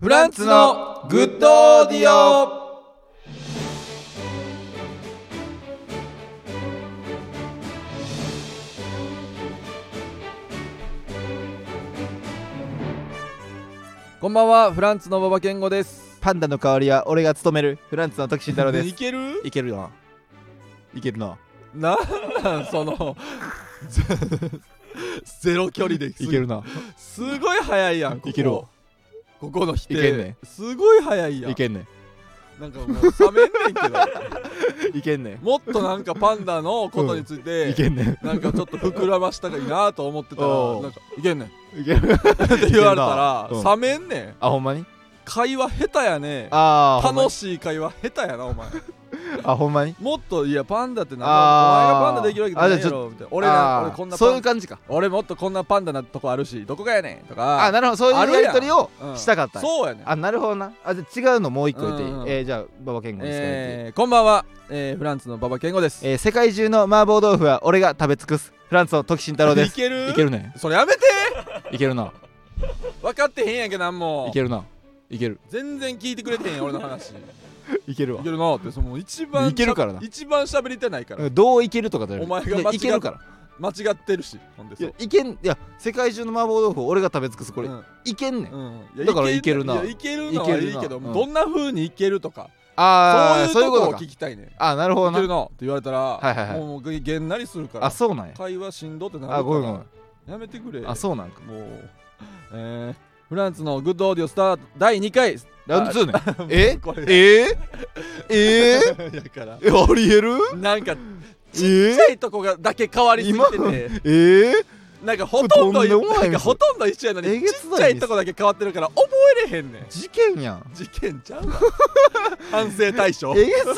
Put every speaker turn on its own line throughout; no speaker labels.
フランツのグッドオーディオこんばんはフランツの馬場健吾です
パンダの代わりは俺が務めるフランツの徳慎太郎で す
いける
いけるないけるな
なんなんそのゼロ距離で
いけるな
すごい速いやんここ
いけるわ
ここの否定
いけんね
すごい速いやん
いけんね
なんかもう冷めんねんけど
いけんね
もっとなんかパンダのことについて、
いけんね
なんかちょっと膨らましたらいいなと思ってたら
おう
なんかいけんねんっ
いける
て言われたら、
うん
冷めんねん
あほんまに
会話下手やね
ああ
楽しい会話下手やなお前
あほんまに
もっといやパンダってなん
あー
かお前がパンダできるわけじゃないやろみたいな俺な
あー
俺こんな
そう
パ
いう
ン
感じか
俺もっとこんなパンダなとこあるしどこがやねんとか
あなるほどそう
あ
い
る
う
やん
やりとりを
うん
したかった
そうやねん
あなるほどなあじゃあ違うのもう一個言っていい
うんうん
えーじゃあ馬場健吾ですかねって
えー、こんばんは、えー、フランスの馬場健吾です
えー世界中の麻婆豆腐は俺が食べ尽くすフランツの徳慎太郎で
い
す
ける
いけるね
それやめて
いけるな
分かってへんやんけなんも
いけるないける
全然聞いてくれてへんよ俺の話い
いけるわ
けるなってその一番
いけるからな
一番喋りてないから
どういけるとかだよ
お前が間違っ
いけるから
間違ってるしほんで
い
そ
や
う
いけんいや世界中の麻婆豆腐を俺が食べ尽くすこれ、
うん
いけんねん、
うん
だからいけるない
やいけるのはいい
い
け
け
ど
るな
どんな風にいけるとか
ああ
そういうとこを
か
聞きたいねんい
あなるほ
け
ど
る
な
なって言われた
はいはい
ら
はい
もうげげんなりするから
あそうなんや
会話しんどってな
あ
る
ごめん
か
ごめん
らやめてくれ
あそうなんか
もうえーフランスのグッドオーディオスタート第2回
ラウンド 2ねえ
これ
えええ
だから
えありえる
なんか
えー
ちっちゃいとこがだけ変わりすぎてて
えー、
なんかほとんど
とんでもない
なんかほとんど一緒やのに
え
ち
げ
っ
つない
ちゃいとこだけ変わってるから覚えれへんねん
事件やん
事件ちゃ うわ反省対象
えげつな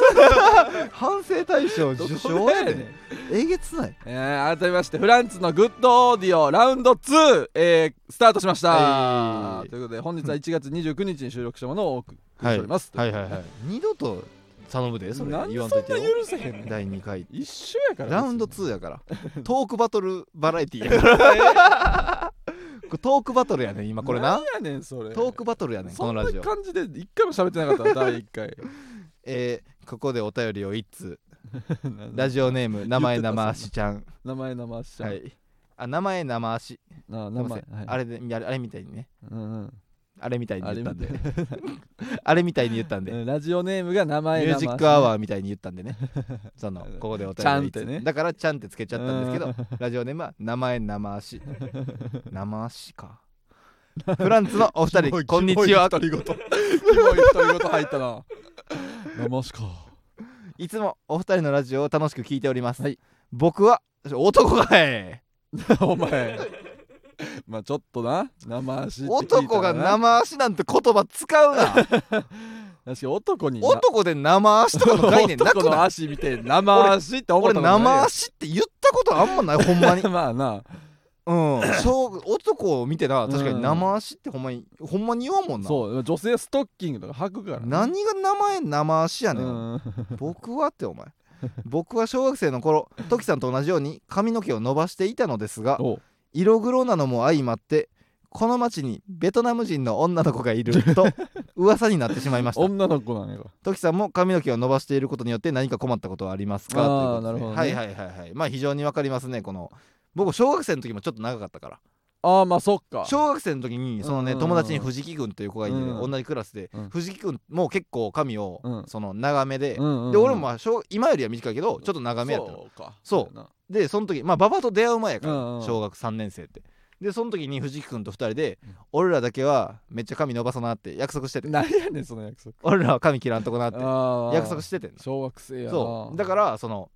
い反省大賞受賞や
どこがや
で、
ねん
えげつない
えー、改めましてフランスのグッドオーディオラウンド2、えー、スタートしました、
はい
ということで本日は1月29日に収録したものをお送りし
は
ております、
はいはいはい二度と頼むでそれ
なんで
言
そ
わ
ん
ん
な
といてよ
許せへんねん
第2回
一緒やから
ラウンド
別
2やから トークバトルバラエティーやから
に
これトークバトルやねん今これな
何やねんそれ
トークバトルやねんこ
そ
の
ん
ラ
な
ジオ
感じで一回も喋ってなかっ たの第一回
えー、ここでお便りを一通ラジオネーム名前生足ちゃん
名前生しちゃう、
はいあ名前生足
なあ
すい
名
ま
前
せん、あれであれあれみたいにね
うんうん
あれみたいに言ったんで
あれ
あれみたいに言ったんでミ
うんラジオネームが名前
ュージック
ー
アワーみたいに言ったんでねそ のここでお便りを一
ちゃんって
通
ね
だからちゃんってつけちゃったんですけどラジオネームは名前 生足生足かフランツのお二 人こんにちは
独り言キモい独り言入ったな生しか
いつもお二人のラジオを楽しく聞いております、
はい
僕は男がい
お前まあちょっとな生足って聞いたらな
男が生足なんて言葉使 うな
確かに男にな
男で生足とかの概念なく
男の
ない
足見て生足って思っ
俺
たことないやん
生足って言ったことあんまないほんまに
まあな
うん小男を見てな確か
うん
に生足ってほんまにほんまに言わんもんな
そう女性ストッキングとか履くからな
何が名前生足やねん、
うん
僕はってお前僕は小学生の頃トキさんと同じように髪の毛を伸ばしていたのですが
おう
色黒なのも相まってこの町にベトナム人の女の子がいる と噂になってしまいました
女の子なんや
時さんも髪の毛を伸ばしていることによって何か困ったことはありますか
あー
ということ
な
で
るほどね
はいはいはいはいまあ非常にわかりますねこの僕小学生の時もちょっと長かったから
ああまあそっか
小学生の時にそのね
うんうんうん
友達に藤木君という子がいてね
うん
同じクラスで
うん
藤木君も結構髪
う
を
ん
その長めで
うんうんうん
で俺もまあ小今よりは短いけどちょっと長めやったの
そうか
そう
うやな
でその時まあ馬場と出会う前やから、
うんうんうん
小学3年生ってでその時に藤木君と2人で、俺らだけはめっちゃ髪伸ばさなって約束してて
何やねんその約束
俺らは髪切らんとこなって
ああ
約束しててん
小学生やな
そうだからその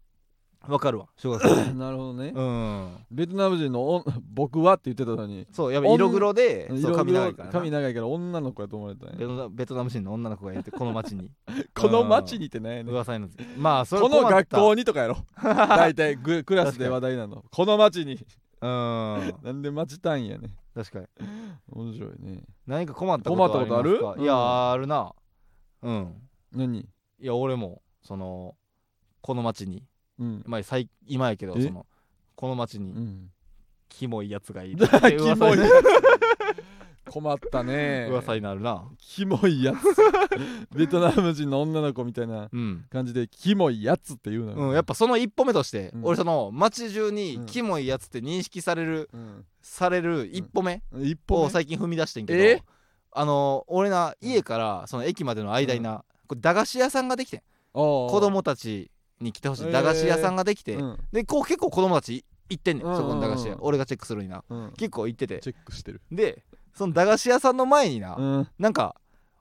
わかるわ小学 生
なるほどね
うん
ベトナム人のお僕はって言ってたのに
そうやっぱ色黒で
色
そう
々
髪長いからな
髪長いから女の子やと思われたん
ベ
や
トナベトナム人の女の子がいてこの町に
この町にってなんやねん
噂になってまあそれ
この学
困っ
校にとか やろ大体グクラスで話題なのこの町に
たうん
なんで町単位やねん
確かに
面白いね
何か困ったことはありますか
困ったことある
いや、
うん
あるなうん
何
いや俺もそのこの町に
うん
まあ、最今やけど
え
そのこの町
う
に
ん
キモいやつがいる
キモい
噂に
やつ困ったね
噂になるな
キモいやつ ベトナム人の女の子みたいな
うん、
感じでキモいやつって言うのよ、
うん、やっぱその一歩目として、
うん
俺その街中に
うん
キモいやつって認識される
うん
される一歩目
一歩
を
目
最近踏み出してんけど、
え
あの俺な
うん
家からその駅までの間にな、これ駄菓子屋さんができてん
おう
子供たちに来てほし
え
い
ー
駄菓子屋さんができて、
うん
でこう結構子供たち行ってんねん、
うんうんうん
そこの駄菓子屋俺がチェックするにな
うん
結構行ってて
チェックしてる
でその駄菓子屋さんの前にな、
うん
なんか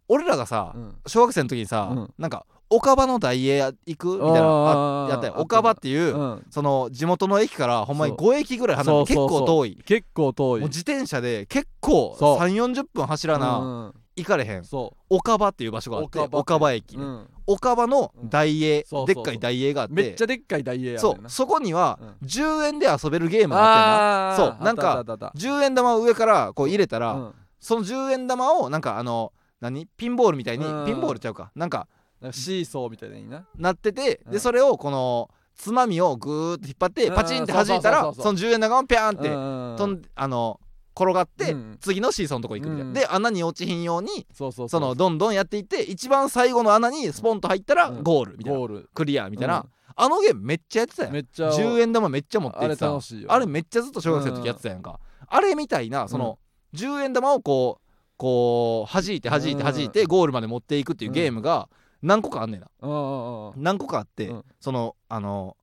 俺らがさ、
うん
小学生の時にさ、
うん
なんか岡場の台へ行くみたいなあ
あー
やったよ
あ
岡場っていうう、
ん
その地元の駅からほんまに
そう
5駅ぐらい離れて結
そうそうそう
構遠い
結構遠い
もう自転車で結構
そう
3 4 0分走らな、
うん
行かれへん
そ
岡場っていう場所があって
岡場
岡場駅、
う、うん
岡場の大英、
そうそう
で
そう
っかい大英があって
めっちゃでっかいダイエーや
そ
ねん
う
な
そこには
うん
10円で遊べるゲームがあっ
ー
そうなんか
あったあったあった
てな10円玉を上からこう入れたら、
うん
その10円玉をなんかあの何ピンボールみたいに
うん
ピンボールちゃうかなんか
なんかシーソーみたいなのにな
なってて
うん
でそれをこのつまみをぐーっと引っ張って
うん
パチンって弾いた
そ
ら
うそう
そ
そ
の10円玉をピャーンって
飛
飛んであの転がって
うん
次のシーソーのとこ行くみたい
うん
なで穴に落ちひんように
そうそう
そのどんどんやっていって一番最後の穴にスポンと入ったら
うん
ゴールみたいな
ゴール
クリアみたいな
う
あのゲームめっちゃやってたやん
めっちゃ
10円玉めっちゃ持って
あ
いっ
れ
てた
楽しいよ
あれめっちゃずっと小学生の時やってたやんかあれみたいなその10円玉をこうこう弾いて弾いて弾いてゴールまで持っていくっていうゲームが何個かあんねんな
うんうんうん
何個かあって、
うん
そのあの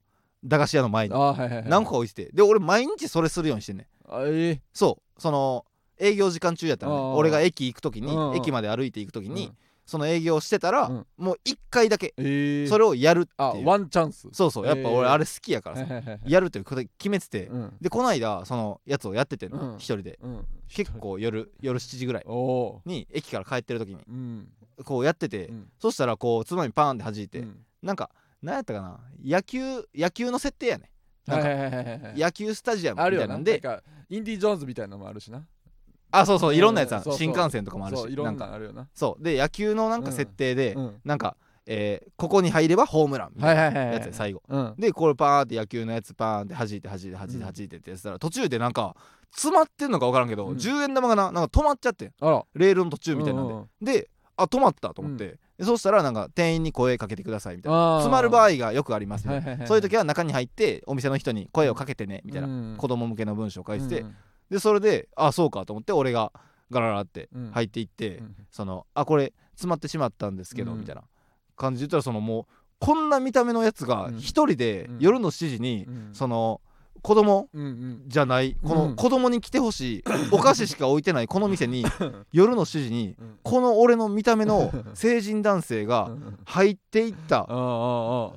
駄菓子屋の前に
あはいはいはい
何個か置いててで俺毎日それするようにしてんねん
あえ
そうその営業時間中やったら、ね
あー、
俺が駅行く時に、
うんうん
駅まで歩いて行く時に、
うん
その営業してたら、
うん
もう1回だけ
えー
それをやるって
あ
いう、
ワンチャンス
そうそうやっぱ
え
俺
ー
あれ好きやからさ、
はいはいはいはい
やるって決めてて、
うん
でこの間そのやつをやっててんの
うん
一人で
うん
結構夜夜7時ぐらい
おお
に駅から帰ってる時に
ーうん
こうやってて、
うん
そしたらこうつまみパーンって弾いて、
うん
なんか何やったかな野球野球の設定やねなん
は
か
いはいはいはいはい
野球スタジアム
あ
み
る
た
よ
いな
なんなん
で
かインディ・ジョーンズみたいなのもあるしな
あそうそういろんなやつあ
うん
る
そうそう
新幹線とかもあるし
そういろ
なんん
な
か
んあるよな
そうで野球のなんか設定で
うん
なんかえーここに入ればホームランみた
はいい
な
はいはいはい
やつや最後
うん
でこれパーンって野球のやつパーンって弾いて弾いて弾いて弾いてってやってたら途中でなんか詰まってんのか分からんけど
うん
10円玉がななんか止まっちゃってん
あら
レールの途中みたいなん
う
で
んうん
であ止まったと思ってでそうしたらなんか店員に声かけてくださいみたい
あ
な
ー
詰まる場合がよくありますね
はいはいは
そういう時は中に入ってお店の人に声をかけてねみたいな
な
子供向けの文章を書いてて
うん
でそれであそうかと思って俺がガラガラって
うん
入っていって
うん
そのあこれ詰まってしまったんですけど
うん
みたいな感じで言ったらそのもうこんな見た目のやつが
うん
一人で
うん
夜の7時に
うん
その子供
うんうん
じゃないこ
うん
の子供に来て ほしいお菓子しか置いてないこの店に夜の7時に
うん
この俺の見た目の成人男性
う
が
んうん
入っていった
あああ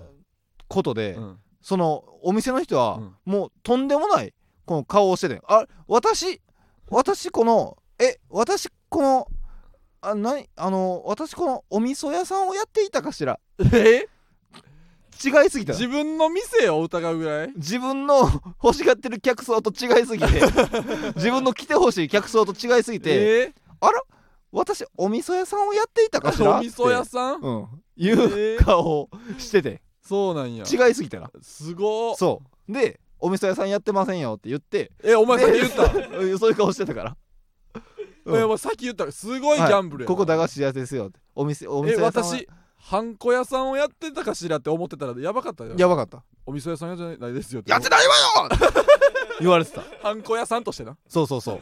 ことで
あうん
そのお店の人は
うん
もうとんでもないこの顔をしててあ私私このえ私このあ何あの私このお味噌屋さんをやっていたかしら
え
違いすぎた
自分の店を疑うぐらい
自分の 欲しがってる客層と違いすぎて 自分の来てほしい客層と違いすぎて、
え
私お味噌屋さんをやっていた
ー、
かしら
お味噌屋
って
さん
うん
え
いう
ー
顔をしてて
そうなんや
違いすぎたな
すごっ
そうでお味噌屋さんやってませんよって言って
えお前先言った
た そういう顔してたからうん
えお前先言ったすごいギ
はい
ャンブルやな
ここ駄菓子屋ですよってお店お
え
店屋さんは
私ハンコ屋さんをやってたかしらって思ってたらやばかったよ
やばかった
お味噌屋さんじゃないですよって
やってないわよ 言われてた
ハンコ屋さんとしてな
そうそうそう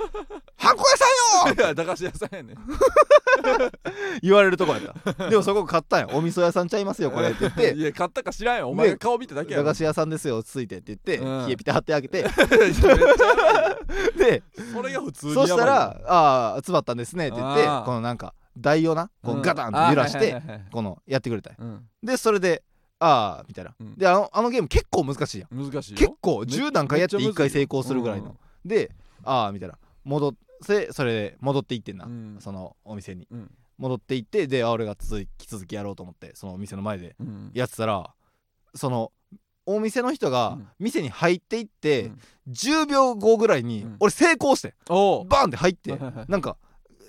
ハンコ屋さんよ
いや駄菓子屋さんやねん
言われるとこやったでもそこ買ったんよお味噌屋さんちゃいますよこれって言って
いや買ったか知らんよお前が
ね
顔見ただけや
駄
ろ
菓子屋さんですよついてって言って、
うん
冷えピタって開 けて
めっちゃや
で
ばいそれが普通にやば
そ
い
したら「ああー詰まったんですね」って言って
あー
このなんか台をなこうガタンと揺らして、このやってくれたんよでそれで「ああ」みたいな、
うん
であのあのゲーム結構難しいやん
難しい
結
よ
構10段階やって
めっちゃむずい
1回成功するぐらいの、でああみたいな戻ってそれで戻っていってんな、
うん
そのお店に
うん
戻っていってであ俺が続き続きやろうと思ってそのお店の前で
うん
やってたらそのお店の人
う
が
ん
店に入っていって、
うん
10秒後ぐらいに
うん
俺成功して、
おう
バーンって入って、
はいはいはい
なんか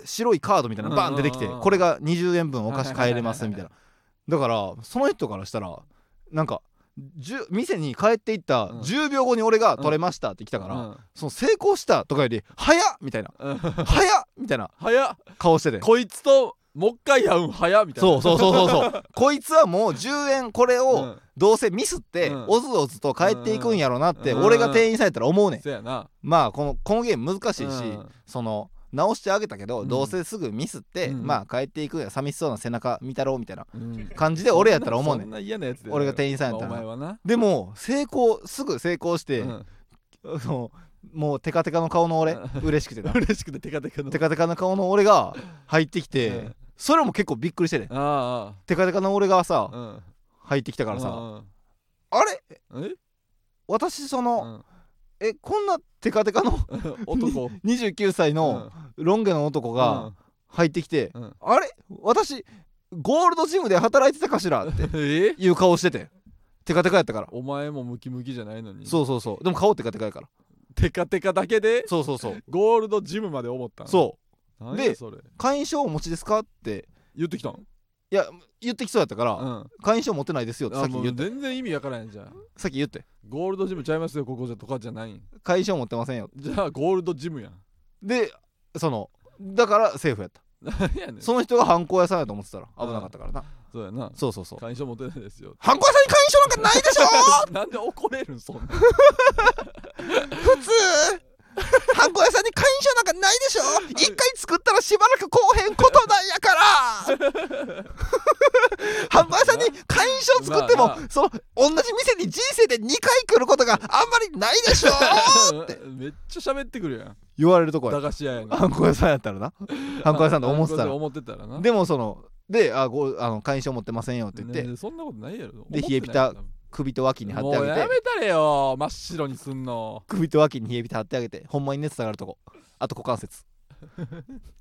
白いカードみたいなのバーン出てきて、
うんうんうんうん
これが20円分お菓子買えれますみたいな、
は
だからその人からしたらなんかじゅ店に帰っていった
うん
10秒後に俺が取れましたって来たから、その成功したとかより「早っ!」みたいな
うん、
「早っ!」みたいな
早っ
顔してて
こいつともう一回やうん早っみたいな
そうそうそうそうそう こいつはもう10円これ
う
を
ん
どうせミスって、
うん
おずおずと帰っていくんやろなって、
うん
俺が店員さんやったら思うねん、
そやな
まあこのこのゲーム難しいし、
うん
その直してあげたけど、
うん
どうせすぐミスって、
うん
まあ帰っていくんや寂しそうな背中見たろうみたいな
うん
感じで俺やったら思うね
そん
ん
な嫌なやつで
俺が店員さんやった
お
ら
前はな
でも成功すぐ成功して、
うん
あのもうテカテカの顔の俺
うん
嬉しくてな
嬉しくてテカテカの
テカテカの顔の俺が入ってきて、
うん
それも結構びっくりしてね
あ
テカテカの俺がさ
あああうん
入ってきた
だ
からさ、あれ
え
私そうの、
ん
えこんなテカテカの
男
29歳のロン毛の男が入ってきて、
うんうん
あれ私ゴールドジムで働いてたかしらって
え
いう顔しててテカテカやったから
お前もムキムキじゃないのに
そうそうそうでも顔テカテカやから
テカテカだけで
そうそうそう
ゴールドジムまで思った
そうう
なんや
で
それ
う会員証お持ちですかって
言ってきたん
いや言ってきそうやったから、
うん
会員証持ってないですよってさ
あ
っき
も
言
う
って
全然意味わからんやんじゃん
さっき言って
ゴールドジムちゃいますよここじゃとかじゃないん
会員証持ってませんよ
じゃあゴールドジムやん
でそのだからセーフやった
何やねんそ
その人が犯行屋さんやと思ってたら危なかったからな
うやな
そうそうそう
会社持てないですよ
犯行屋さんに会員証なんかないでしょ
なんで怒れるんそんな
普通 犯行屋さんに会員証なんかないでしょ一回作ったらしばらくこうへんことなんやから 犯行屋さんに会員証作っても、
まあま
その同じ店に人生で2回来ることがあんまりないでしょ
めっちゃ喋ってくるやん
言われるとこ
駄
や
菓子屋やな
犯行屋さんやったら な犯行屋さんと思ってた
あ
ら
思ってたらな
でもそのであごあの会員証持ってませんよって言って、
ねそんなことないやろ
で
思ってない
冷えピタ首と脇に貼って
もう
あげ
や
て
めたれよ真っ白にすんの
首と脇に冷えピタ貼ってあげてほんまに熱下がるとこあと股関 節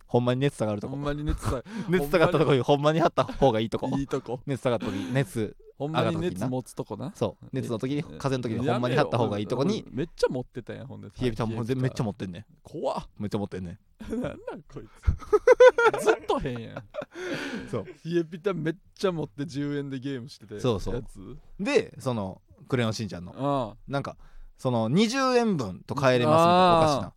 ほんまに熱下がると
ほ
こ
んまに熱さ
熱下がったとこにほんまに貼った方がいいとこ
いいとこ
熱下がった時に熱
ほんまに熱持つとこな
そう熱の時に風の時にほんまに
やめ
貼っ
よ
た方がいいとこに
うんめっちゃ持ってたやんほんで
冷えピタもう全部めっちゃ持ってんね
怖っ
めっちゃ持ってんね
なんなんこい つずっと変やん
そう
冷えピタめっちゃ持って10円でゲームしてて
そうそう
やつ
でそのクレヨンしんちゃんの
あ
なんかその20円分と買えれますみたいなお
あー
かしな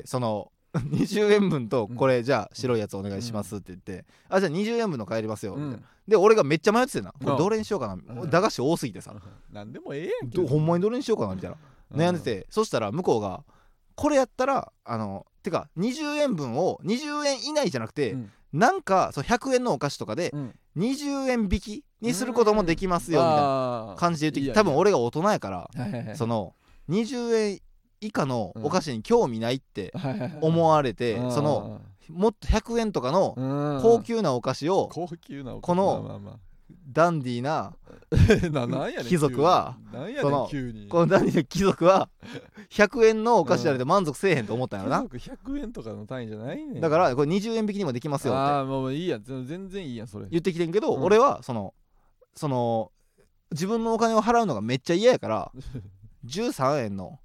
でその 20円分とこれじゃあ白いやつお願いしますって言って、あじゃあ20円分の買えれます
あ
よ
う
みたいな、
ん
で俺がめっちゃ迷っててな
うん
これどれにしようかな、
うん
駄菓子多すぎてさ、
なんでもええやんけ
どほんまにどれにしようかなみたいな悩んでて、そしたら向こうがこれやったらあのてか20円分を20円以内じゃなくて、
うん
なんかそう100円のお菓子とかで
うん
20円引きにすることもできますよみたいな
な
感じで言ってきて
あー
多分俺が大人やから
はいはいはい
その20円以下のお菓子に興味ないって
はいはいはい
思われて、
うん
そのもっと100円とかの
うん
高級なお菓子を
高級なお菓子
この
まあまあま
ダンディーな
あ ななんやねん
貴族は
急になんや
そ
ねん
の
急に
このダンディーな貴 族は100円のお菓子じゃなくて満足せえへんと思ったんやろな
貴族100円とかの単位じゃないねん
だからこれ20円引きにもできますよって
ああもういいやん全然いいやんそれ
言ってきてんけど
うん
俺はそのその自分のお金を払うのがめっちゃ嫌やから 13円の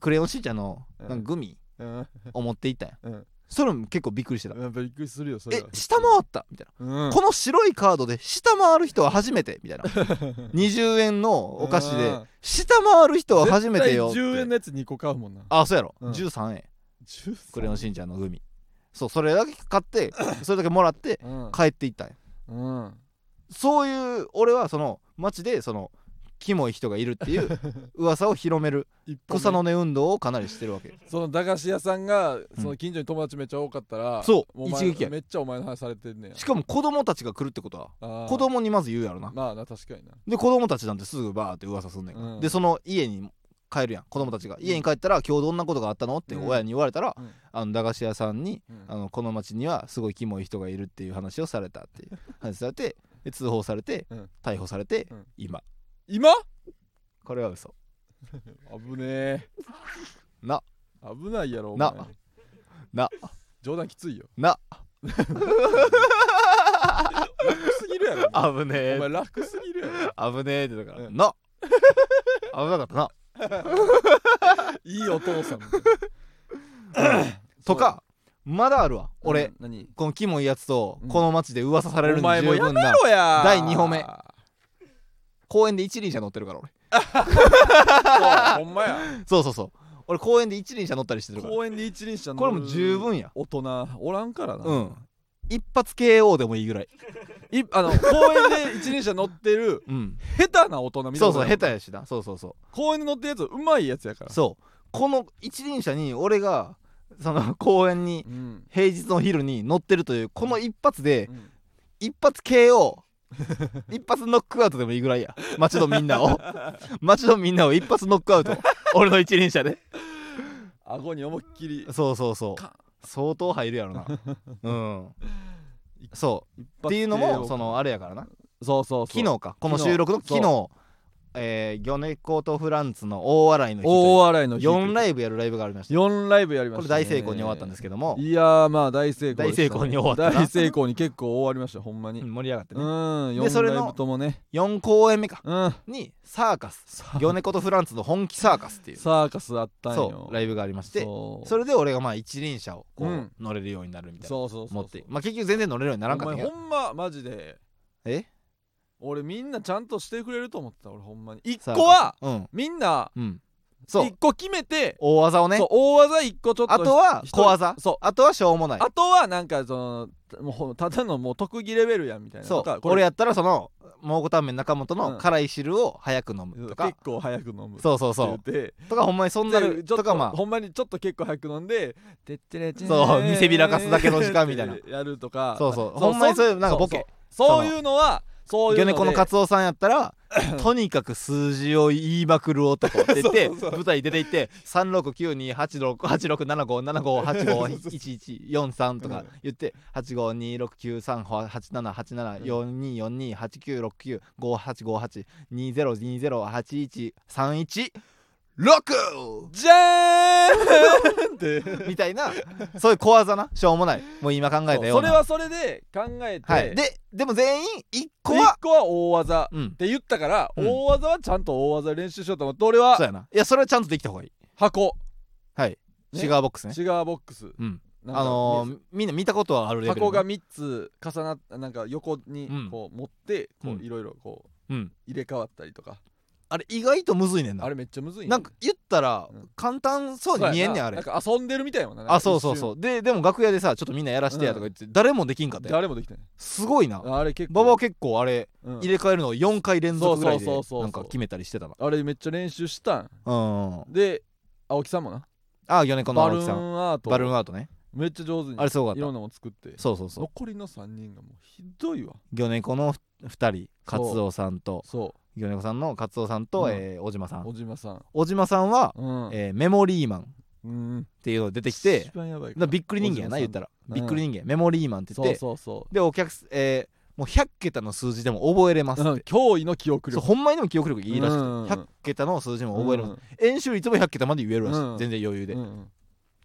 クレヨンしんちゃんの
うん
なんかグミ
うん
を持っていったんや
うん
それも結構びっくりしてた
やっぱびっくりするよそれ
え
は
下回ったみたいな
うん
この白いカードで下回る人は初めてみたいな 20円のお菓子で下回る人は初めてよっ
絶
て
対10円のやつ2個買うもんな
あそうやろ、
うん
13円
13
クレヨンしんちゃんのグミそうそれだけ買って それだけもらって
うん
帰っていったんや
うん
そういう俺はその街でそのキモい人がいるっ ていう噂を広める
一歩目
草の根運動をかなりしてるわけ
その駄菓子屋さんがその近所に友達めっちゃ多かったら
そう
もお前
一撃や
めっちゃお前の話されてんねや
しかも子供たちが来るってことは
あー
子供にまず言うやろな
まあな確かにな
で子供たちなんてすぐバーって噂すんねんから、
うん
でその家に帰るやん子供たちが
うん
家に帰ったら今日どんなことがあったのって
うん
親に言われたら、
うん
あの駄菓子屋さんに
うん
あのこの町にはすごいキモい人がいるっていう話をされたっていう 話されてで通報されて、
うん
逮捕されて、
うん
今
今
これは嘘
危ねえ
な
危ないやろお前
なな
冗談きついよ
な
楽すぎるやろ
危ね
お前
え
楽すぎるやろ
危ねえってだから、
うん
な危なかった ない
いお父さんみたいな
とかまだあるわ俺、
うん何
このキモいやつと
うん
この町で噂される
お
に
前も
十
や
分
め
な、
ろや
第二歩目公園で一輪車乗ってるから俺
ほんま や
そうそうそう俺公園で一輪車乗ったりしてるから
公園で一輪車乗る
これも十分や
大人おらんからな、
うん一発 KO でもいいぐらい
いあの公園で一輪車乗ってる
うん
下手な大人みた
そ
いうなことな
そう
い
下手やしなそうそうそう
公園で乗ってるやつうまいやつやから
そうこの一輪車に俺がその公園に
うん
平日の昼に乗ってるというこの一発で
うん
一発 KO 一発ノックアウトでもいいぐらいや街のみんなを街のみんなを一発ノックアウト俺の一輪車で
顎に思いっきり
そうそうそ
カン
う相当入るやろなうんそ
一
う
発
っていうの
手
も
を
そのあれやからな
そうそうそう
昨日かこの収録の
昨日
昨日えー魚猫とフランツの大洗の日
大笑いの日
4ライブやるライブがありました
4ライブやりま
こ
し
れ
た、ね、
大成功に終わったんですけども
いやーまあ大成功でし
大
た
成功に終わったな
大成功に結構終わりましたほんまに、
うん盛り上がって
う
ね
ん
でそれ
4
の
ライブともね
4公演目か
うん
にサーカ ス
サ
魚猫とフランツの本気サーカスっていう
サーカスあったんよ
そうライブがありまして
そう
それで俺がまあ一輪車をこ
う
うん乗れるようになるみたいな
そうそうそう
思ってまあ結局全然乗れるようにならんか
お
ったけ
前
ど
ほんまマジで
え
俺みんなちゃんとしてくれると思ってた俺ほんまに一
サーカス
個は
うん
みんな
うんそう
一個決めて
大技をね
そう大技一個ちょっと
あとは
一人
小技
そう
あとはしょうもない
あとはなんかそのもうただのもう特技レベルやんみたいな
そ
とか
う俺やったらその蒙古タンメン中本の辛い汁を早く飲むと
結
か
構早く飲む
そうそ
っ
う
て言
そ
って
うとかほんまにそんな
で
る
ちょっ
と
と
かまあ
ほんまにちょっと結構早く飲んでてってれてれ
そう見せびらかすだけの時間みたいな
ってやるとか
そうそうほんまにそういうなんかボケ
そうそうそういうのはそういう
魚
ので
猫のカツオさんやったらとにかく数字を言いまくる男って言って
そうそうそう
舞台に出て行って3692868675758511143とか言って8526938787424287249585820208131 6!
じゃーんって
みたいなそういう小技なしょうもないもう今考えたよ
そううそれ
な
はそれで考えて、
はい、ででも全員1個は
1、個は大技っ
うん、
て言ったから、
うん
大技はちゃんと大技練習しようと思って俺
そう
は
やないやそれはちゃんとできた方がいい
箱
はい、
ね
シガーボックスね
シガーボックス、
うん
なんか
あのー、みんな見たことはあるレベル
箱が3つ重なっなんか横に
うん
こう持ってこ
うん
ういろいろこう
うん、
入れ替わったりとか、
あれ意外とむずいねんな
あれめっちゃむずいね
なんか言ったら
うん
簡単そうに見えんねん
そうやな
あれ
なんか遊んでるみたいやもんななんか
あそうそうそうででも楽屋でさちょっとみんなやらしてやとか言って、誰もできんかっ
一瞬
たよ
誰もできてない
すごいな
あれ結構
馬場は結構あれ
うん
入れ替えるのを4回連続ぐらいで
そうそうそうそう
なんか決めたりしてたな
あれめっちゃ練習したん
うん
で青木さんもな
あ米子の
バル
青木さ
ー
ん
ンアート
バルーンアートね
めっちゃ上手に
あれすごか
いろ
っ
んなもん作って
たそうそうそう
残りの3人がもうひどいわ
米子の2人カツオさんと
そ
米子さんのカツオさんと、
うん
えー小島さ
うん小島さん
小島さんは、
うん
えーメモリーマンっ
うん
ていうのが出てきて
一番やばい
だからびっくり人間やな言った
ら
らびっくり人間、メモリーマンって言っ
そう
て
そうそ
でお客す、えーもう100桁の数字でも覚えれます
う、う
って、
ん、驚異の記憶
そう
力
ほんまにでも記憶力いいらしくて、
うん
100桁の数字も覚えれます、
す
演習率も100桁まで言えるらしい、
うん
全然余裕で、
うんうん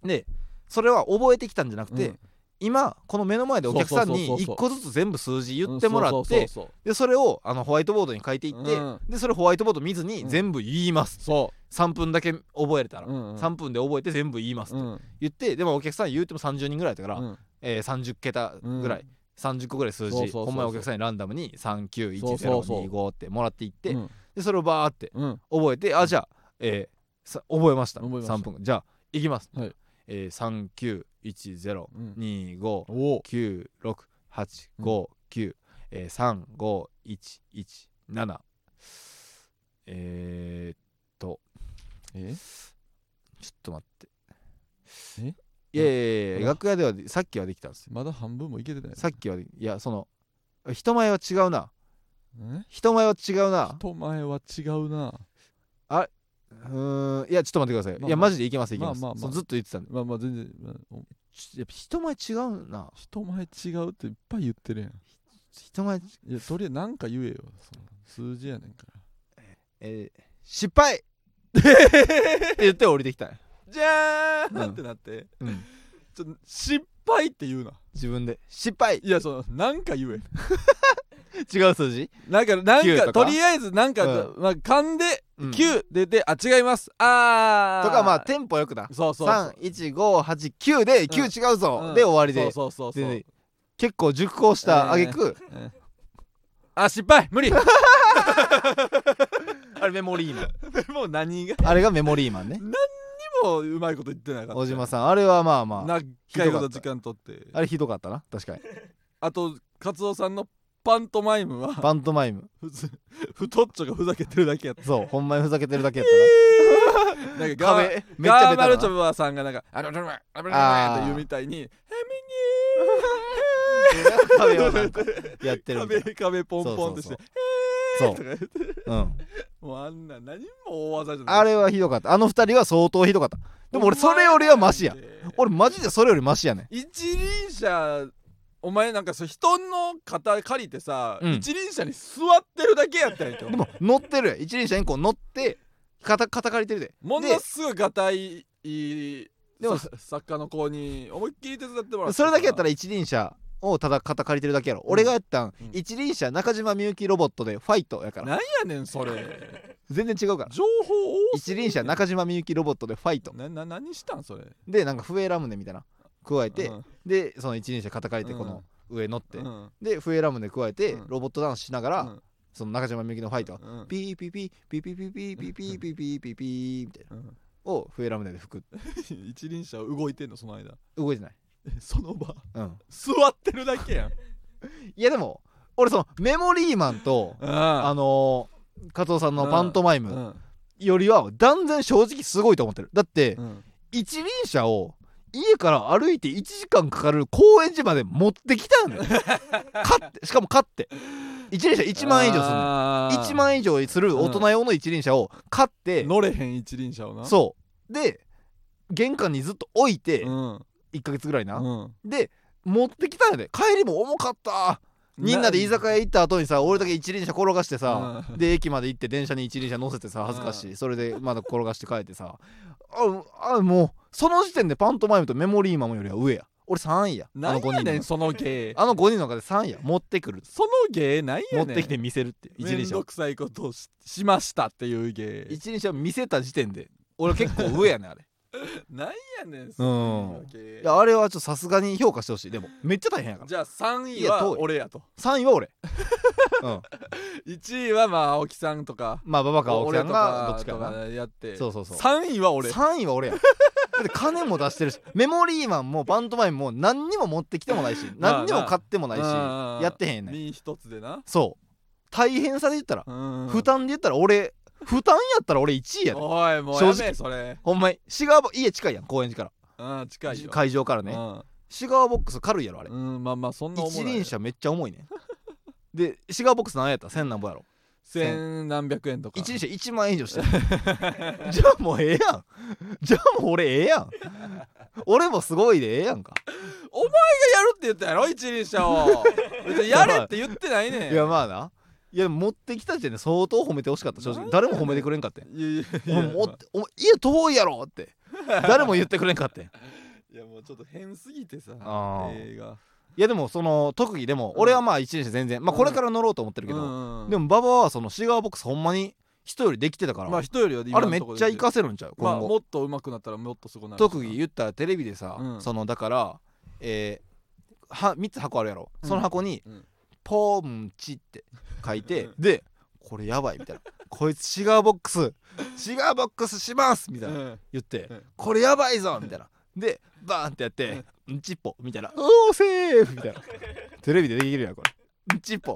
でそれは覚えてきたんじゃなくて、
うん
今この目の前でお客さんに
そうそうそうそう
1個ずつ全部数字言ってもら
う
っ
んそうそう
て
そうそう
でそれをあのホワイトボードに書いていって、
うん
でそれホワイトボード見ずに
うん
全部言います、
そ
3分だけ覚えれたら、
う、うんうん、
3分で覚えて全部言います、
うん
言ってでもお客さん言うても30人ぐらいだから、
うん
えー、30桁ぐらい、30個ぐらい数字
そうそうそうそう
ほんまにお客さんにランダムに
そうそうそう
391025ってもらっていって
うん
でそれをバーって
うん、
覚えてあじゃあ、えーさ覚えました
覚えました
3分じゃあいきます、
はい
えー、
うん
391025
おお
9 6 8 5 9 3 5 1 1 7えー、っと
え
ちょっと待って
え
いやいやいや
うん
楽屋ではさっきはできたんですよ
まだ半分もいけてない
さっきはでいやその人前は違うな
え
人前は違うな
人前は違うな
うーんいやちょっと待ってください、
まあまあ
いやマジでいけますいけます、
まあまあまあ
そうずっと言ってたんで
まあまあ全然、まあお
ちやっぱ人前違うな
人前違うっていっぱい言ってるやん
人前
いやとりあえずなんか言えよその数字やねんから
えー失敗って言って降りてきた、
じゃーん、
うん
ってなって
うん
ちょ失敗って言うな
自分で失敗
いやそのなんか言え
違う数字
なんかなん
9
か
と
と
か
りあえずなんか、
う
まあ、噛んで
うん
9出て、あ違いますあー
とかまあテンポよくな
そうそうそう
31589で9違うぞ、
うん
で終わりで
そうそうそうそ
全
う
然結構熟考した挙句、
あ失敗無理
あれメモリーマン
もう何が
あれがメモリーマンね
もううまいこと言ってなかった
小島さんあれはまあまあ
長いこと時間取って
あれひどかったな 確かに
あとカツオさんのパントマイムは
パントマイム
ふず太っちょがふざけてるだけやった
そうほんまにふざけてるだけやっ
なん
た
か
な
ガー
壁めっちゃ
ガ
ベ
ーマ
タ
ルチョ
だな
ブワさんがなんか「あのドラマあのド
あ
ラ
ー
マ」って言うみたいに「ヘミ
壁はな
ニ
んかやってるみたい
壁壁ポンポンってして
そうそう
とか言って
なうん
もうあんな何も大技じゃない
あれはひどかったあの二人は相当ひどかったでも俺それよりはマシや俺マジでそれよりマシやねん
一輪車お前なんかそう人の肩借りてさ、
うん
一輪車に座ってるだけやったんやけ
でも乗ってるやん一輪車にこう乗って肩肩借りてるで
ものすごいがたいいい
でも
さ作家の子に思いっきり手伝ってもら
でそれだけやった
ら
ら一輪車をただ肩借りてるだけやろ、俺がやったん
うん
一輪車中島みゆきロボットでファイトやから
何やねんそ れ
全然違うから
情報多す
一
ぎる
輪車中島みゆきロボットでファイト
なな何したんそれ
でなんか笛ラムネみたいな加えて、
うん
でその一輪車肩借りてこの上乗って、
うん
で笛ラムネ加えて
うん
ロボットダンスしながら、
うん
その中島みゆきのファイト、
うん
ピーピーピーピーピーピーピーピーピーピーピーピーピーみたいな
うん
を笛ラムネで吹く
一輪車動いてんのその間
動いてない
えその場
うん
座ってるだけやん
いやでも俺そのメモリーマンと あ
あ
のー加藤さんのパントマイ
う
ム
ん
よりは断然正直すごいと思ってるだって
うん
一輪車を家から歩いて1時間かかる高円寺まで持ってきたのよ買ってしかも買って一輪車1万円以上するの
あー
1万円以上する大人用の一輪車を買って
乗れへん一輪車をな
そうで玄関にずっと置いて
うん
1ヶ月ぐらいな
うん
で持ってきたんやで帰りも重かったみんなで居酒屋行った後にさ俺だけ一輪車転がしてさ
うん
で駅まで行って電車に一輪車乗せてさ恥ずかしいそれでまだ転がして帰ってさあうんあもうその時点でパントマイムとメモリーマムよりは上や俺3位やあ
な
の
ん
5
や
人の
ねん
中
その芸
あの5人の中で3位や持ってくる
その芸なんやね
持
ん
ってきて見せるっていう一
め
輪
ん
車
ど
を
くさいことをししましたっていう芸
一輪車見せた時点で俺結構上やねあ れ
なんやねんその芸
いやあれはちょっとさすがに評価してほしいでもめっちゃ大変やから
じゃあ3
い
位
や
は
遠い
俺やと
3位は俺 うん
1位はまあ青木さんとか
まあババか青木
俺
さ
と
んがどっ
か
ちか
と
やな
かやって
そうそうそう
3位は俺
3位は俺やんだって金も出して るしメモリーマンもバントマイムも何にも持ってきてもないし
まあ
何にも買ってもないし
うん
やってへんねん
身一つでな
そう大変さで言ったら
うん
負担で言ったら俺負担やったら俺1位やで
おいもうやめえそれ
ほんまにシガーボ家近いやん公園寺か
うん近
ら
いよ
会場からねシガーボックス軽いやろあれ
うんうんまあまあそんな重
一
ない
輪車めっちゃ重いね でシガーボックス何やったら1000何ぼやろ
千何百円とか
一輪車1万円以上してる じゃあもうええやんじゃあもう俺ええやん俺もすごいでええやんか
お前がやるって言ったやろ一輪車を別にやれって言ってないねん
いやまあないや持ってきた時点で相当褒めてほしかった正直誰も褒めてくれんかってん
いやい
お
やいや
前持ってお前家遠いやろって誰も言ってくれんかってんい
いやもうちょっと変すぎてさ
あー
映画
やでもその特技でも俺はまあ一年生全然まあこれから乗ろうと思ってるけど
うんうん
でも馬場はそのシガーボックスほんまに人よりできてたか
まあ
ら
人よりは
あれめっちゃ活
いか
かせるんちゃう
まあ
今
も
後
っと上手くなったらもっとすごいなるしな
特技言ったらテレビでさ
うん
そのだからえーは3つ箱あるやろ
うん
その箱に
うん
「ポンチ」って書いて
うん
でこれやばいみたいな「こいつシガーボックスシガーボックスします」みたいな
うん
言って
うん
「これやばいぞ」みたいなでバーンってやって「んちっぽ」みたいな「おおセーフ」みたいなテレビでできるやんこれ「んちっぽ」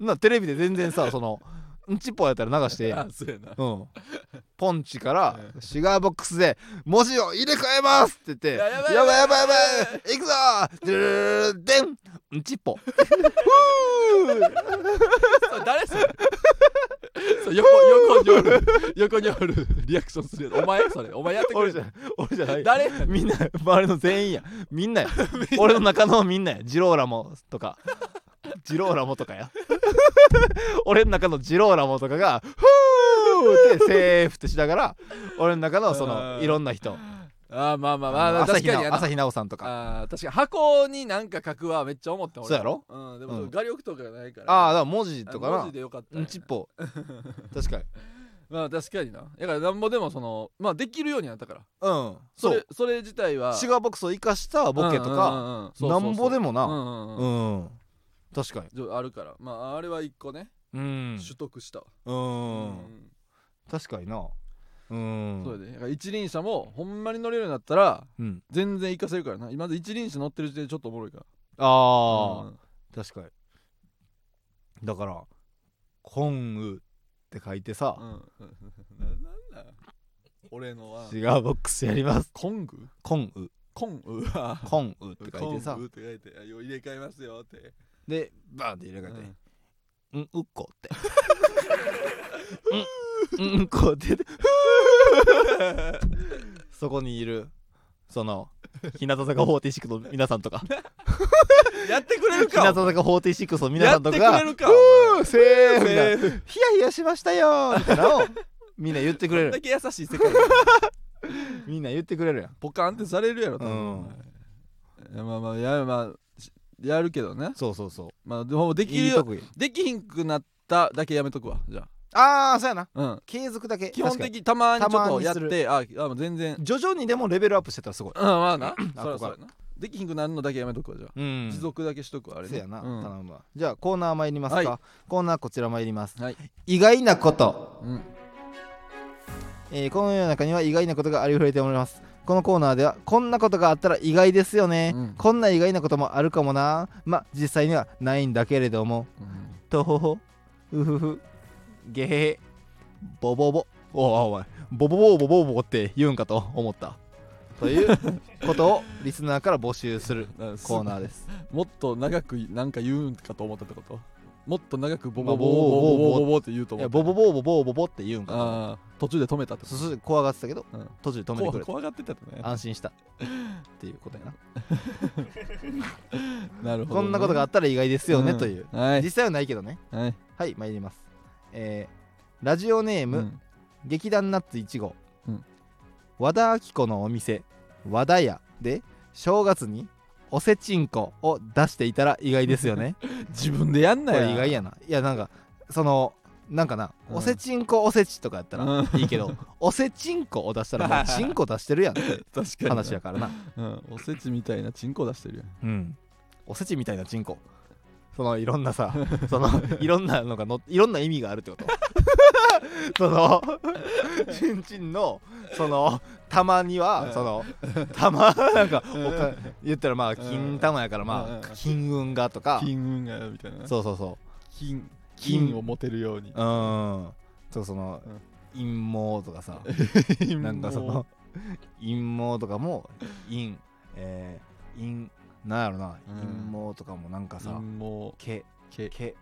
なテレビで全然さその「んちっぽ」やったら流してええや
あ
ん
そうやな
うんポンチから
う
シガーボックスで文字を入れ替えますって言って「
や
やば
ば
い
い
や
や
ば
ばい
いや
や
ば
ばい
いいくぞードゥルルルルデンんちっぽ」
それ誰それ そう横横におる横におるリアクションするやつお前それお前やってく
俺
れ
じゃ俺じゃない
誰
みんな周りの全員やみんなや俺の中のみんなやジローラモとかジローラモとかや俺の中のジローラモとかが「フー!」ってセーフってしながら俺の中のその
うん
いろんな人
あーまあまあまあまあ
朝
確
日
かに
奈
や
央
な
朝日奈央さんとか
あー確かに箱になんか書くはめっちゃ思った俺
そうやろ
うんでも
う
そ
ん
う画力とかがないから
ああだから文字とか
文字でよかったんや
なうんちっぽ 確かに
まあ確かになだからなんぼでもそのまあできるようになったから
うん
そ
そ
れ
う
それ自体は
シガーボックスを生かしたボケとか
か
なんぼでも
う
なん
うんうん
うん確かに
じゃああるからまああれは一個ね
うん
取得した、
う
うん
確かになうん
そうやでだから一輪車もほんまに乗れるようになったら
うん
全然活かせるからなまず一輪車乗ってる時点でちょっとおもろいから
あ
う
あ、
ん
確かにだから「コンウ」って書いてさ、
うんうんななんだ俺のは
シガーボックスやります
コング
「コンウ」
コングは
「コンウ」って書いて
コ
さ
ングって書いてあよ入れ替えますよって
でバーンって入れ替えて「うんうっこ」って「うんうんうっこ」ってそこにいるその日向坂46の皆さんとか
うんやってくれ
日
る
向
か
坂46の皆さんとか
や
が
ってくれるか
うーセーフ」みたい
セ
な「ヒヤヒヤしましたよ」みたいなのをみんな言ってくれ
お前だ
る
け優しい世界
みんな言ってくれるやん
ポカンってされるやろ多分いやまあまあやまあしやるけどね
そうそうそう
まあでもできる
いい
よ
特技
できひんくなっただけやめとくわじゃ
ああそうやな
あうん
継続だけ
基本
確かに
的にたまにちょった
ま
と
に
やっ
する
てああ全然
徐々にでもレベルアップしてたらすごい
うんまあな
あ
そらそうやなできひんくなるのだけやめとくわじゃあ
うん
持続だけしとくわあれね
せやな、
うん
頼むわじゃあコーナー参りますか、
は
コーナーこちら参ります、
はい
意外なこと、
うん
えーこの世の中には意外なことがありふれておりますこのコーナーではこんなことがあったら意外ですよね、
うん
こんな意外なこともあるかもなまあ実際にはないんだけれども
うん
とほほうふふげへへボボボおおお前ボボボボボボボって言うんかと思ったということをリスナーから募集する
だから
コーナーです
もっと長くなんか言うんかと思ったってこともっと長くボボボボボボボボボボって言うと
い
思
や
う
ボボボボボボボって言うんかと思った
ああ途中で止めたってこ
すす怖がってたけど、
うん
途中で
と
止めてくれた
怖がってたってね
安心したっていうこと やな、
なるほど
こんなことがあ
っ
ったら意外ですよね、という
はい
実際はないけどね
はい
はい参りますえーラジオネーム、
うん
劇団ナッツ1号、
うん
和田アキ子のお店和田屋で正月におせちんこを出していたら意外ですよね
自分でやん
こ
なよ
れ意外やないやなんかそのなんかな、
うん
おせちんこおせちとかやったら
うん
いい けど、おせちんこを出したらもうちんこ出してるやんって
確かに
話やからな
うんおせちみたいなチンコ出してるやん
うん、おせちみたいなチンコそのいろんなさ そのいろんなのがのいろんな意味があるってこと そのちんちんのそのたまにはそのたまなんかおか言ったらまあ金玉やからま
う
あ
ん
金運がとか
金運がみたいな
そうそうそ
金
金
金を持てるように
ううんそうその
うん
陰謀とかさなんかそ
も
の陰謀とかも陰えー陰なんやろな
うん
陰謀とかもなんか
う
さ、
陰謀
け
け
け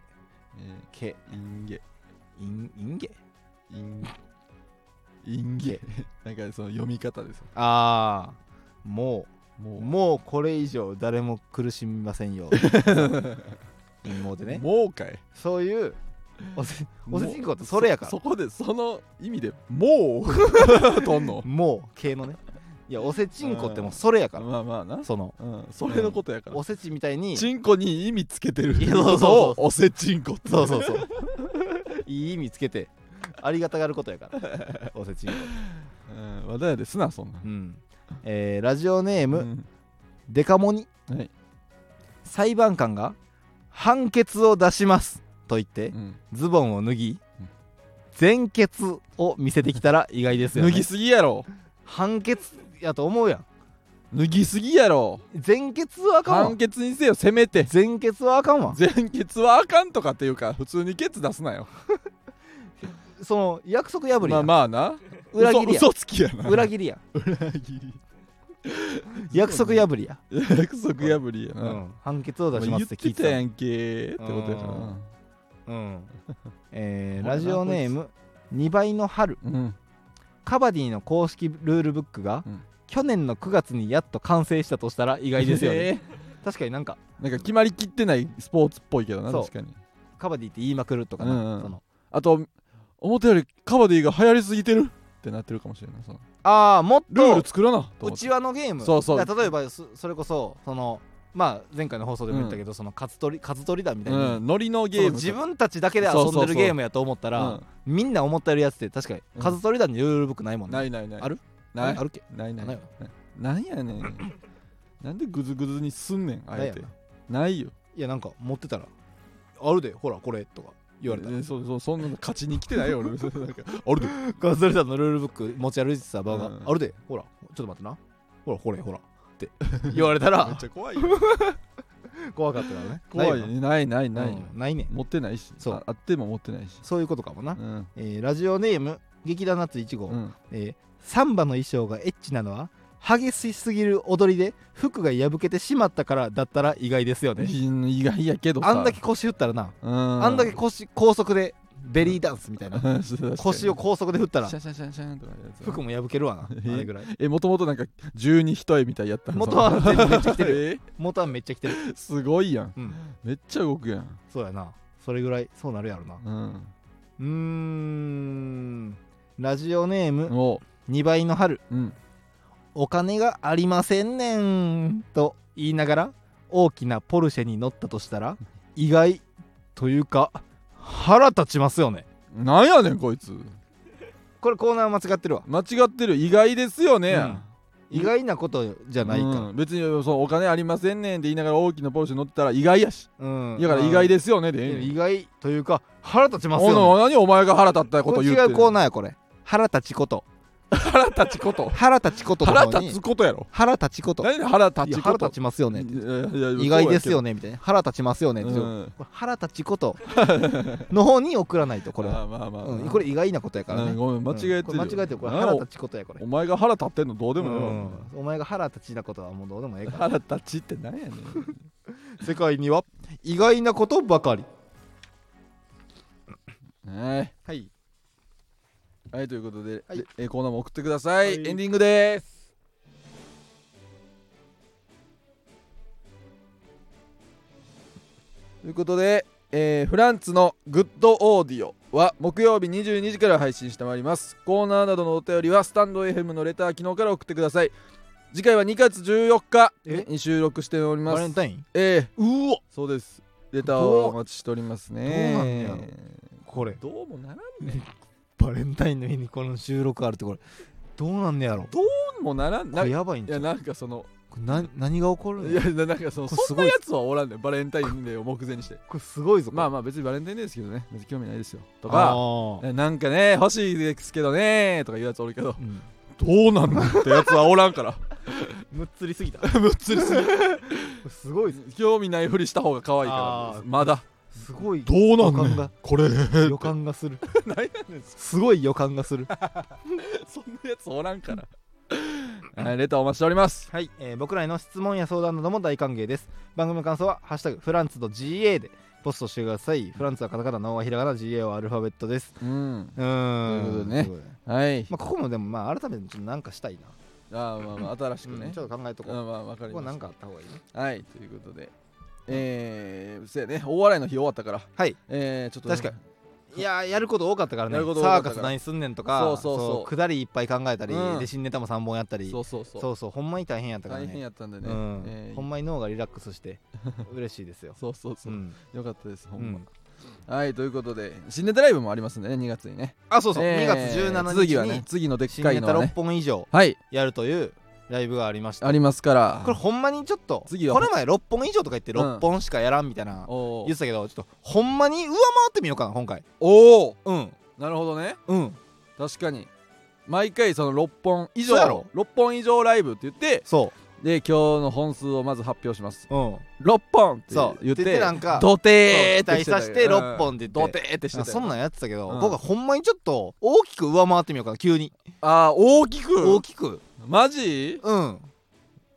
え
け
ー陰ゲ
いんいんげ
陰陰ゲ なんかその読み方ですよ
ああも
も
う
う
もうこれ以上誰も苦しみませんよ 陰謀でね
もうかい
そういうおせおせちんこって
もう
それやから
そこでその意味でもう とんの
もう系のねいやおせちんこってもうそれやから
まあまあな
その
うんそれのことやから
おせちみたいに
チンコに意味つけてる
いやそうそう
ことを
そ
おせチンコって
そうそうそういい意味つけてありがたがることやからおせちんこ
うん話題やですなそんな
うんえーラジオネーム、
うん
デカモニ、
はい
裁判官が判決を出しますと言って
うん
ズボンを脱ぎ
うん
全決を見せてきたら意外ですよ
脱
ね
ぎすぎやろ
判決やと思うやん
脱ぎすぎやろ
全決はあかんわ
判決にせよせめて
全決はあかんわ
全決はあかんとかっていうか普通にケツ出すなよ
その約束破り
ま
や
あ
ん、
まあな
裏切りや
嘘嘘つきやな
裏切 りや
裏切り
約束破りや、
約束破りや
う
な、
ん判決を
お前
出しますって聞
言
い
ってた
て
やんけーってことやな
た、うんえ ー
ほら
ラ
な
ジオネーム2倍の春
うん
カバディの公式ルールブックが、
うん
去年の9月にやっと完成したとしたら意外ですよね、
え
確かになんか
ーなんか決まりきってないスポーツっぽいけどな
そう
確かに
カバディって言いまくるとかな、
うんうん
その
あと表よりカバディが流行りすぎてるってなってるかもしれないその
ああもっ
ルー
と
ル作らなと
う
思って
ちわのゲーム
そうそう
だから例えばそそれこそそのまあ前回の放送でも言ったけど、そのカツ取りカツ取りだみたいな、
うんノリのゲ
そ
ー
の
ム
自分たちだけで遊
そうんそ
で
うそ
る
う
ゲームやと思ったら
ら
みんな思ってるやつって確かに、
うん
カツ取りだにルールブックないもんね
ないないない
ある
ない
あるっけ
ないない
な
ないいなんやねんなんでグズグズにすんねんあえて
ない
ないよ
いやなんか持ってたらあるでほらこれとか
言われた、
ね
そそそんなの勝ちに来てないよ俺なんかあ れで
ガズレーザーのルールブック持ち歩いてたバーが、
うん
あるでほらちょっと待ってなほらほれほらって 言われた
めっ
ら
ちゃ怖いよ
怖かったからね
怖い
な
ねないない
な
ないい
よ
よ、
うんないね
持ってないし
そう
ああっても持ってないし
そういうことかもな、
うん
えーラジオネーム劇団ナッツ1号、
うん
えーサンバの衣装がエッチなのは激しすぎる踊りで服が破けてしまったからだったら意外ですよね
意外やけどさ
あんだけ腰振ったらな、
うん
あんだけ腰高速でベリーダンスみたいな、腰を
こ
高速で振ったら
シャンシャンシャンシャンとかやるやつ
服も破けるわな
え
あれぐらい
えもともとなんか十二一重みたいやったの
元は全部めっちゃ来てる
る
元はめっちゃ着てる
えすごいやん
うん
めっちゃ動くやん
そうやなそれぐらいそうなるやろな
うん
うーんラジオネーム
お
2倍の春
うん
お金がありませんねんと言いながら大きなポルシェに乗ったとしたら意外というか腹立ちますよね
なんやねんこいつ
これコーナー間違ってるわ
間違ってる意外ですよね、
うん意外なことじゃないか
うん別にそのお金ありませんねんって言いながら大きなポルシェ乗ってたら意外やし
ら、うん
だから意外
で
ですよねでええねん
意外というか腹立ちます
お
よね
の何お前が腹立ったこ
ことれ
言う
違
て
うコー
ー
ナーやこれ腹立ちこと
腹立ちこと
腹立ちことの
腹
方に
立つことやろ
腹立ちこと
何で腹
いや
立ちこ
腹立
と
ちますよね
いやいや
意外ですよ
ね
ねみたいな腹立ちますよねっていう
うん
これ腹立ちことの方に送らないとこれは
まあまあまあ、
うん、これ意外なことやから
う
ね
ん。ごめん間違えてるよ、
これ間違えてる。これ腹立ちことやこれ
お。前が腹立ってんのどうでもよ、
うんお前が腹立ちなことはもうどうでもええか
腹立ちってなんやねん
ら。世界には意外なことばかり。
はい
はい。
はいということで、
はい
えコーナーも送ってください、
はい
エンディングですということで、えーフランツのグッドオーディオは木曜日22時から配信してまいりますコーナーなどのお便りはスタンド FM のレター機能から送ってください次回は2月14日
え
に収録しておりま
バレ
す
ンタイン
ええ
うお
そうですレターをお待ちしておりますね
どうなんねこれ。
どうもならん
バレンタインの日にこの収録あるってこれ。どうなんねやろ。
もならん
こ
な
れ
い
やばいんじゃ
や
う
なんかその
これな何が起こる
い
の
やななんかその
これす
そん
ご
ないやつはおらんねんバレンタインデーを目前にして
これすごいぞ。
まあ
あ
まあ別にバレンタインデーですけどね別に興味ないですよと
と
かえなんかね欲しいですけどねとか言うやつおるけ どどうなんのってやつはおらんから
むっつりすぎた。
むっつりす ぎ
すごいぞ。
興味ないふりした方が可愛いから
あー
まだ
すごい。
う
なんねん
こ れ
予感がする。
何やねん
すごい予感がする。
そんなやつおらんからはいレターお待ちしております
はい、えー僕らへの質問や相談なども大歓迎です。番組の感想は「ハッシュタグフランツと GA」でポストしてください。フランツはカタカナ、ノーはひらがな、GA はアルファベットです。
うん
うーん。
ということでね
すごい
はい
まあ、ここもでも、まあ、改めてちょっとなんかしたいな。
あーまあまあ新しく
うん
ね
ちょっと考えと
う
こ
ん
う。
まあわか
こ
り
こは
ま
な
し
ん
た
かあった方がいいね。
はい、ということで、えー、せやね、大笑いの日終わったから、
はい、
えー、ちょっと、
確かに。いやーやること多かったからね
やること多
サ
か
ー
ったか
カ
ら
ス何すんねんとか
そうそうそう
下りいっぱい考えたり、
うん
で新ネタも3本やったり
そうそうそう、
そうそうほんまに大変やったから
大変
ね
やったんでね、
うん
えー
ほんまに脳がリラックスして嬉しいですよ、
そうそう そうう、
ん
よかったです、ほんま。
うん
はい、ということで、新ネタライブもありますんでね、2月にね。
あそうそう、
えー
2月17日に
次はね、次のでっ
新
かい
ネ
の
タ
は
6
ね、
本以上
はい、
やるというライブがありました
ありますから、
これほんまにちょっと
次は
この前6本以上とか言って
うん
6本しかやらんみたいな
お
言っ
ー
てたけどちょっとほんまに上回ってみようかな今回
おー
うん
なるほどね、
うん
確かに。毎回その6本以上
そうやろ
6本以上ライブって言って
そ
で今日の本数をまず発表します
ううん
6本って
そう
言って
でなんか
ドテーって
そう期待させて六本って言って
ドテーってしてた
あそんなんやってたけど
うん
僕はほんまにちょっと大きく上回ってみようかな急に
あー大きく
大きく
マジ
うん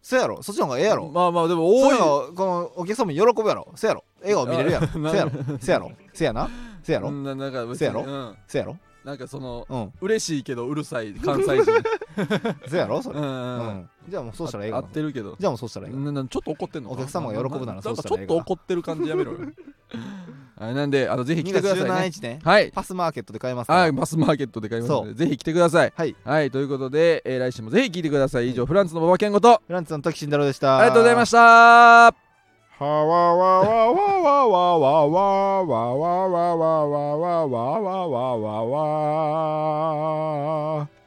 そうやろそっちの方がええやろ
まあまあでも
そう
多
や
いよ
ろこのお客さんも喜ぶやろそうやろ笑顔見れるやろ
あ
そうやろそうやろそうやなそうやろ
ななんか別
せ
に
やろ
うん
そうやろ
なんかその
うん
嬉しいけどうるさい関 西人
そうやろそれ
うんう
うん
うん
んじゃあもうそうしたらええ
合
かな
ってるけど
じゃあもうそうしたらええかな
ななちょっと怒ってんのか
お客様が喜ぶならそうしたら
んか
ええ
ち
か
ょ
な
っと怒ってる感じやめろ よはいなんであのぜひ来てください
2
ね
月17日ね
はい
パスマーケットで買えますから
あバスマーケットで買いますのでぜひ来てください
はい
はいということでえー来週もぜひ聞いてください以上フランスのババケンこと
フランツの時慎太郎でした
ありがとうございました
はわわわ
わわわわわわわわわわわわ